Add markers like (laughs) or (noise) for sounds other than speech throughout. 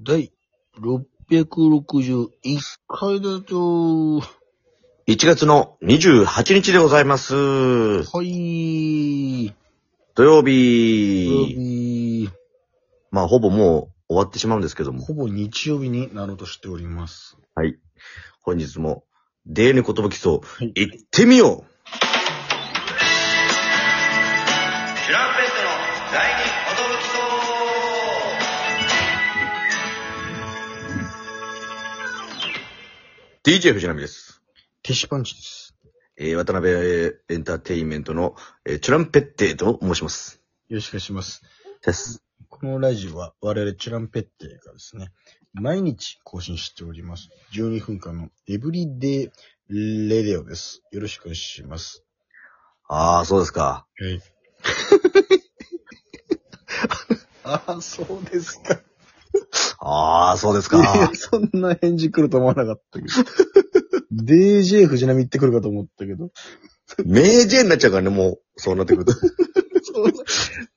第661回だと、は1月の28日でございます。い、土土曜曜日。日まあ、ほぼもう終わってしまうんですけどもほ。ぼ日曜日になろうとしております。はい。本日も、デーネことぶきそうい、行ってみようチュランペストの第二ことぶきそう DJ 藤波です。ティッシュパンチです。えー、渡辺エンターテインメントの、えー、チュランペッテーと申します。よろしくお願いします。です。このラジオは我々チュランペッテがですね、毎日更新しております。12分間のエブリデイレディオです。よろしくお願いします。ああ、そうですか。はい。ああ、そうですか。ああ、そうですいやか。 (laughs) そんな返事来ると思わなかった (laughs) けど。DJ 藤波って来るかと思ったけど。名人になっちゃうからね、もう、そうなってくると。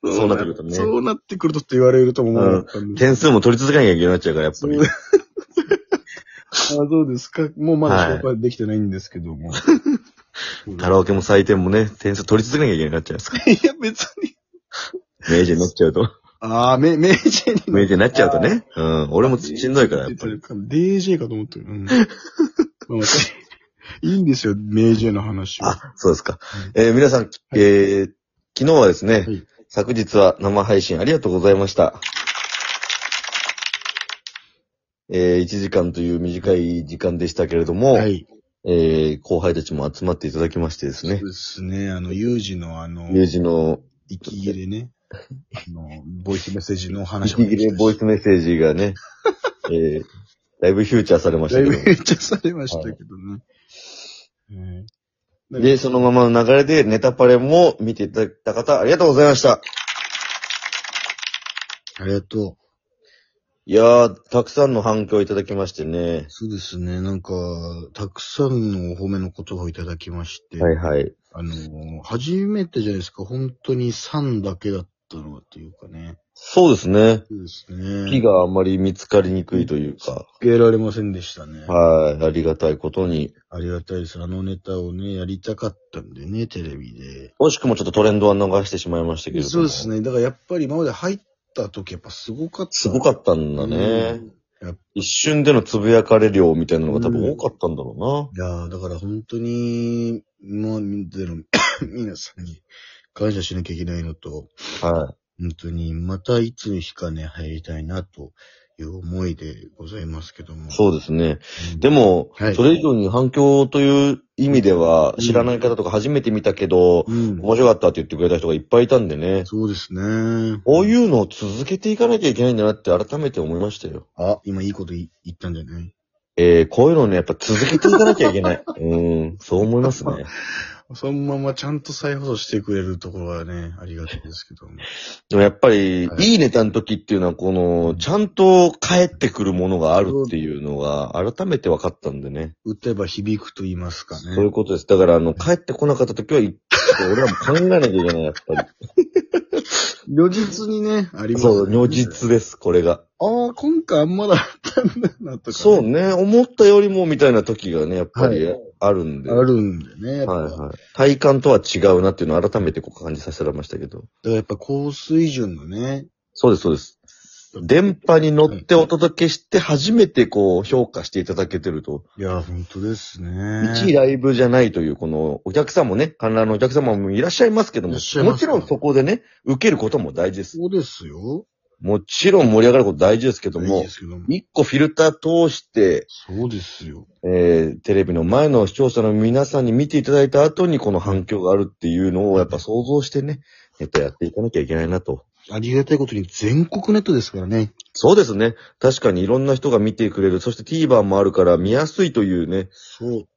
そうなってくるとねそうなってくるとって言われるとも思わなかったんで。点数も取り続けなきゃいけなくなっちゃうから、やっぱそうり。 (laughs) あそうですか。もうまだはい紹介できてないんですけど (laughs) も。カラオケも採点もね、点数取り続けなきゃいけなくなっちゃうんですか。 (laughs) いや、別に。名人になっちゃうと。ああ、め、名人に名人になっちゃうとね。うん。俺もしんどいから、やっぱり。 DJ かと思ったよ。うん (laughs) まあいいんですよ、名人の話は。あ、そうですか。えー皆さん、えー昨日はですね、はい昨日は生配信ありがとうございました。えー、1時間という短い時間でしたけれども、はい。えー後輩たちも集まっていただきましてですそうね、ですね。あの、有事のあの、ミュージの息切れね。あの、ボイスメッセージのお話息切れボイスメッセージ (laughs) がね、えー、だいぶフューチャーされましただいけぶど、めっちゃされましたけどね。うんで、そのままの流れでネタパレも見ていただいた方ありがとうございました。ありがとう。いやー、たくさんの反響いただきましてね。そうですね。なんか、たくさんのお褒めの言葉をいただきまして、はいはい。あの、初めてじゃないですか。本当に3だけだったのがというかね。そうですね。そうですね。木があんまり見つかりにくいというか、受けられませんでしたね。はい、ありがたいことに。ありがたいです。あのネタをね、やりたかったんでね、テレビで。惜しくもちょっとトレンドは逃してしまいましたけれども。そうです。ね。だからやっぱり今まで入った時やっぱすごかった。すごかったんだね。うん一瞬でのつぶやかれ量みたいなのが多分多かったんだろいやーだから本当に、まあ、みでの (coughs) 皆さんに感謝しなきゃいけないのと、うな。はい。本当にまたいつの日かね、入りたいなという思いでございますけども。そううですね。んでも、はいそれ以上に反響という意味ではう、ん知らない方とか初めて見たけど、うん。面白かったって言ってくれた人がいっぱいいたんでね。そうですね。こういうのを続けていかなきゃいけないんだなって改めて思いましたよ。あ、今いいこと言言ったんじゃないえー、こういうのをね、やっぱ続けていかなきゃい (laughs) けない。うん、そう思いますね。そのままちゃんと再放送してくれるところはね、ありがたいですけど (laughs) も。でもやっぱり、はいいいネタの時っていうのは、この、ちゃんと帰ってくるものがあるっていうのが、改めて分かったんでね。打てば響くと言いますかそういねう。ことです。だから、あの、帰ってこなかった時は、い俺らも考えなきゃいけない、やっ (laughs) ぱり。如実にね、あります、ね。そう、如。実です、これが。ああ、今回あんまだったんだなとか、そうね、思ったよりもみたいな時がね、やっぱりはいあるんで。あるんでね。やっぱはいはい。体感とは違うなっていうのを改めてこう感じさせられましたけど。だからやっぱ高水準のね、そうです、そうです。電波に乗ってお届けして、初めてこう、評価していただけてると。いや、本当ですね。一ライブじゃないという、この、お客さんもね、観覧のお客様もいらっしゃいますけどいらもっしゃ、いまもすちろんそこでね、受けることも大事です。そうですよ。もちろん盛り上がること大事ですけどいいもで、すけども。一個フィルター通して、そうですよ。えー、テレビの前の視聴者の皆さんに見ていただいた後にこの反響があるっていうのをやっぱ想像してね、やっぱやっていかなきゃいけないなと。ありがたいことに全国ネットですからね。そうですね。確かにいろんな人が見てくれる。そして TVer もあるから見やすいというね。そう。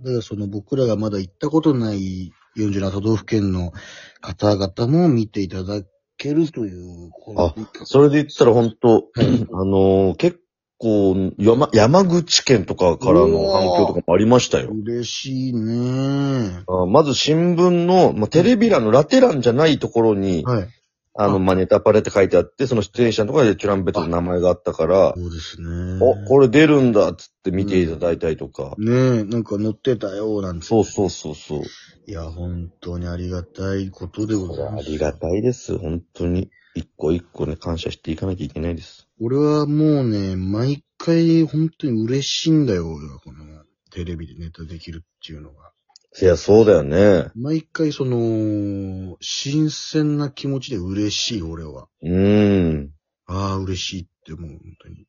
だからその僕らがまだ行ったことない47都道府県の方々も見ていただけるという。あそれで言ったら本当、はいあのー結構、山、山口県とかからの反響とかもありましたよ。嬉しいね。あまず新聞の、まあ、テレビ欄のラテ欄じゃないところに、はい。あの、まあ、ネタパレって書いてあって、その出演者のところでチュランペットの名前があったから、そうですね。お、これ出るんだっつって見ていただいたりとか。ねえ、なんか乗ってたよ、なんて。そうそうそうそう。いや、本当にありがたいことでごこれざいあます。りがたいです。本当に。一個一個ね、感謝していかなきゃいけないです。俺はもうね、毎回本当に嬉しいんだよ、俺はこのテレビでネタできるっていうのが。いや、そうだよね。毎回その、新鮮な気持ちで嬉しい、俺は。うーん。ああ、嬉しいって思う、本当に。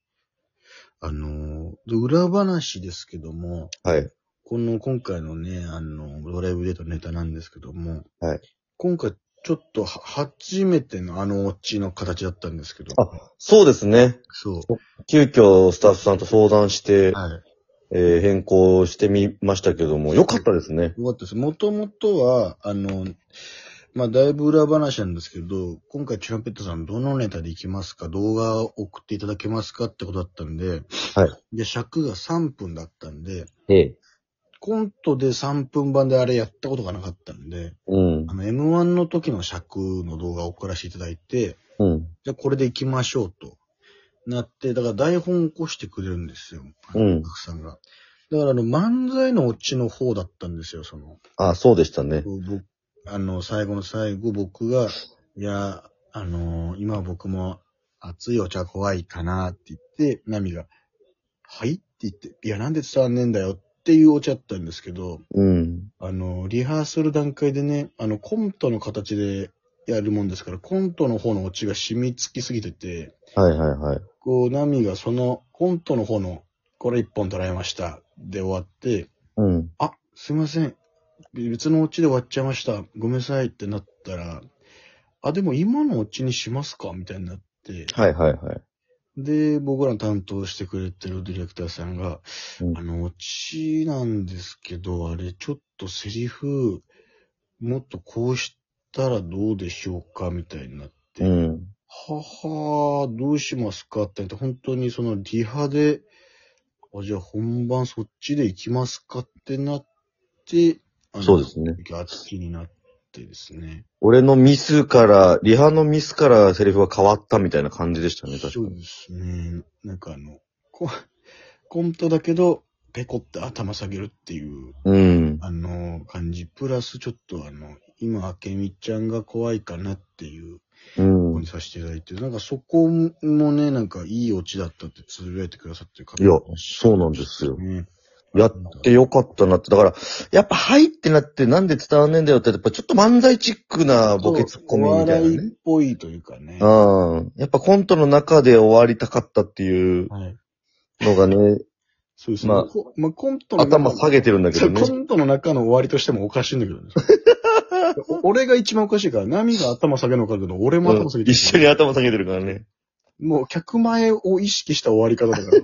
あのーで、裏話ですけども、はい。この今回のね、あの、ドライブデートのネタなんですけども、はい。今回ちょっとは初めてのあのオチの形だったんですけど、あ、そうですね。そ急遽スタッフさんと相談してう。、はい。えー変更してみましたけども、良かったですね。よかったです。もともとは、あの、まあ、だいぶ裏話なんですけど、今回チュランペットさんどのネタでいきますか動画を送っていただけますかってことだったんで、はで、尺が3分だったんで、ええ。コントで3分版であれやったことがなかったんで、うんあ。の、M1 の時の尺の動画を送らせていただいて、うん。じゃあこれで行きましょうと。なって、だから台本を起こしてくれるんですよ。うんお客さんが。だからあの、漫才のオチの方だったんですよ、その。あ、そうでしたね。僕、あの、最後の最後、僕が、いや、あのー今僕も熱いお茶怖いかなって言って、ナミが、はいって言って、いや、なんで伝わんねえんだよっていうお茶だったんですけど、うん。あの、リハーサル段階でね、あの、コントの形でやるもんですから、コントの方のオチが染みつきすぎてて、はいはいはい。こう、ナミがその、コントの方の、これ一本捉えました。で終わって、うん。あ、すいません。別のオチで終わっちゃいました。ごめんなさいってなったら、あ、でも今のオチにしますかみたいになって。はいはいはい。で、僕らの担当してくれてるディレクターさんが、うんあの、オチなんですけど、あれ、ちょっとセリフ、もっとこうしたらどうでしょうかみたいになって。うん。はは、どうしますかって言って、本当にそのリハで、あ、じゃあ本番そっちで行きますかってなって、あのそうですね。ガッキになってですね。俺のミスから、リハのミスからセリフが変わったみたいな感じでしたね、確かそうですね。なんかあの、ココントだけど、ペコって頭下げるっていう、うん。あの、感じ。プラスちょっとあの、今、明美ちゃんが怖いかなっていううん。にいさせていただいて、なんかそこもね、なんかいいオチだったってつぶやいてくださってる方や、そうなんですよ。ね。やってよかったなって。だから、やっぱ、はいってなって、なんで伝わんねえんだよって、やっぱちょっと漫才チックなボケツッコミみたいおな笑いねっ。ぽいというかね。はうん。やっぱコントの中で終わりたかったっていうい。のがね、そうですね。ままああ、まあ、コントの中の頭下げてるんだけどねそう。コントの中の終わりとしてもおかしいんだけ (laughs) どね。お俺が一番おかしいから、ナミが頭下げるのかけど、俺もうん頭下げて一緒に頭下げてるからね。もう客前を意識した終わり方だから。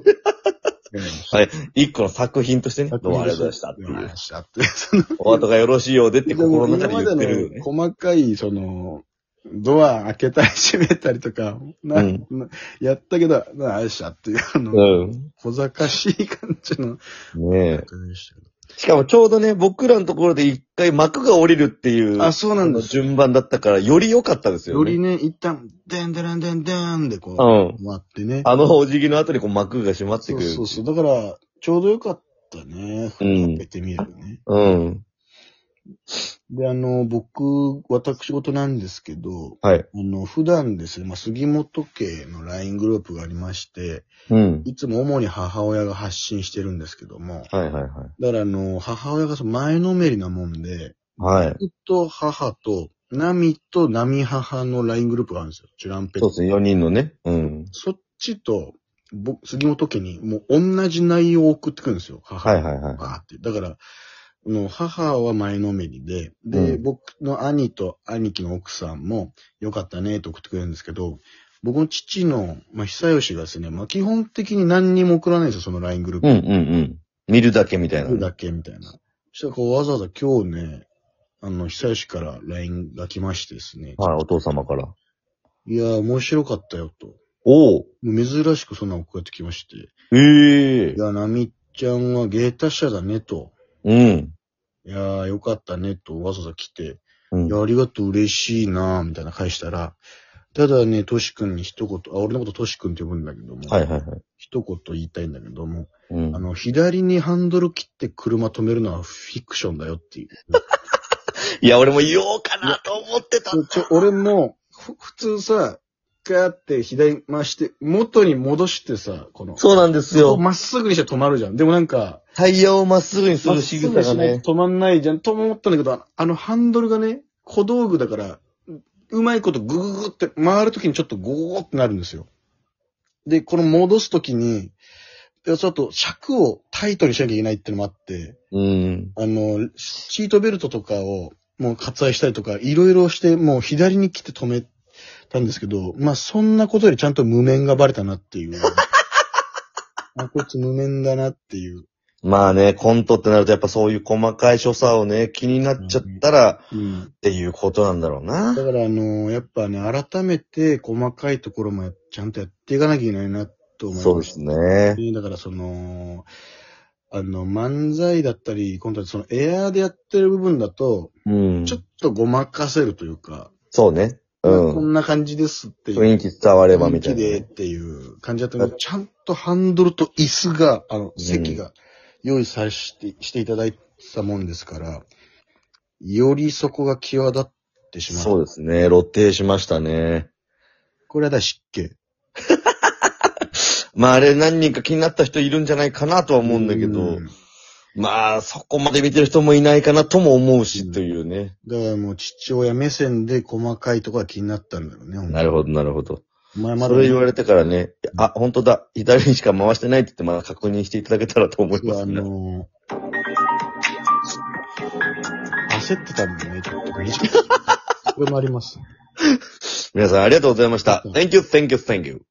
(laughs) 一個の作品としてね、どうもありがとうございましたっあてりがとうございいう。ましたっていう。そのお後がよろしいようでって心の中で今ま言ってるよでねの。細かい、その、ドア開けたり閉めたりとか、なうんなやったけど、なあれしたっていう、あの、う小賢しい感じの。ん。ねえ。でしたけどしかもちょうどね、僕らのところで一回幕が降りるっていう。あそうなんです順番だったから、より良かったですよよね。りね、一旦、でんでんでんでんで、こう、うん。終わってね。あのお辞儀の後にこう幕が閉まってそくうる。そうそう。だから、ちょうどよかったね。うん開けてみるね。うん。で、あの、僕、私事なんですけど、はい。あの、普段ですね、まあ、杉本家の LINE グループがありまして、うん。いつも主に母親が発信してるんですけども、はいはいはい。だからあの、母親がその前のめりなもんで、はい。ずっと母と、ナミとナミ母の LINE グループがあるんですよ。チュランペッそうト。ですね、4人のね。うん。そっちと、僕、杉本家にもう同じ内容を送ってくるんですよ。母はいはいはい。バーって。だから、あの母は前のめりで、で、うん僕の兄と兄貴の奥さんも、よかったねって送ってくれるんですけど、僕の父の、まあ、久吉がですね、まあ、基本的に何にも送らないんですよ、その LINE グループうんうんうん。見るだけみたいなるね。だけみたいな。そしたらこうわざわざ今日ね、あの、久吉から LINE が来ましてですね。はい、お父様から。いやー、面白かったよと。おおもう珍しくそんな送られてきまして。ええいや、なみちゃんは芸達者だねと。うん。いやー、よかったねとわざわざ来て。うんいや、ありがとう、嬉しいなーみたいな返したら、ただね、トシ君に一言、あ、俺のことトシ君って呼ぶんだけども、はいはいはい。一言言いたいんだけども、うんあ。の、左にハンドル切って車止めるのはフィクションだよっていう。いや、俺も言おうかなと思ってた。ちょ、俺も、ふ普通さ、ガーって左回して、元に戻してさ、この、そうなんですこうよ。まっすぐにして止まるじゃん。でもなんか、タイヤをまっすぐにする仕まっすぐ草にがしないね。と止まんないじゃん。と思ったんだけど、ああのハンドルがね、小道具だから、ううまいことググググって回るときにちょっとゴーってなるんですよ。で、この戻すときに、いやちょっと尺をタイトにしなきゃいけないってのもあって、うん。あの、シートベルトとかをもう割愛したりとか、いろいろして、もう左に来て止めたんですけど、まあそんなことよりちゃんと無面がバレたなっていう。あ、こいつ無面だなっていう。まあね、コントってなるとやっぱそういう細かい所作をね、気になっちゃったらうん。っていうことなんだろうなだ。から、あのーやっぱね、改めて細かいところもやちゃんとやっていかなきゃいけないなと思います。そうですね。ね。だから、その、あの、漫才だったり、今度はそのエアーでやってる部分だと、うんち。ょっとごまかせるというか、そうね。うこん。んな感じですっていう。雰囲気伝われば雰み囲たい気なでっね。ていう感じだったので、ちゃんとハンドルと椅子が、あの、席が用意させて、していただいたもんですから、よりそこが際立ってしまう。そうですね。露呈しましたね。これはだ、失敬。まああれ何人か気になった人いるんじゃないかなとは思うんだけどう、んまあそこまで見てる人もいないかなとも思ううしんというね。だからもう父親目線で細かいところが気になったんだろうね。なるほど、なるほど。ど。お前まそだ、れ言われてからね、いやあ、本当だ、左にしか回してないって言って、まだ確認していただけたらと思いまあすね。のー、焦ってたんだね。ちょっと (laughs) ねこれもあります。皆さんありがとうございました。Thank you, thank you, thank you.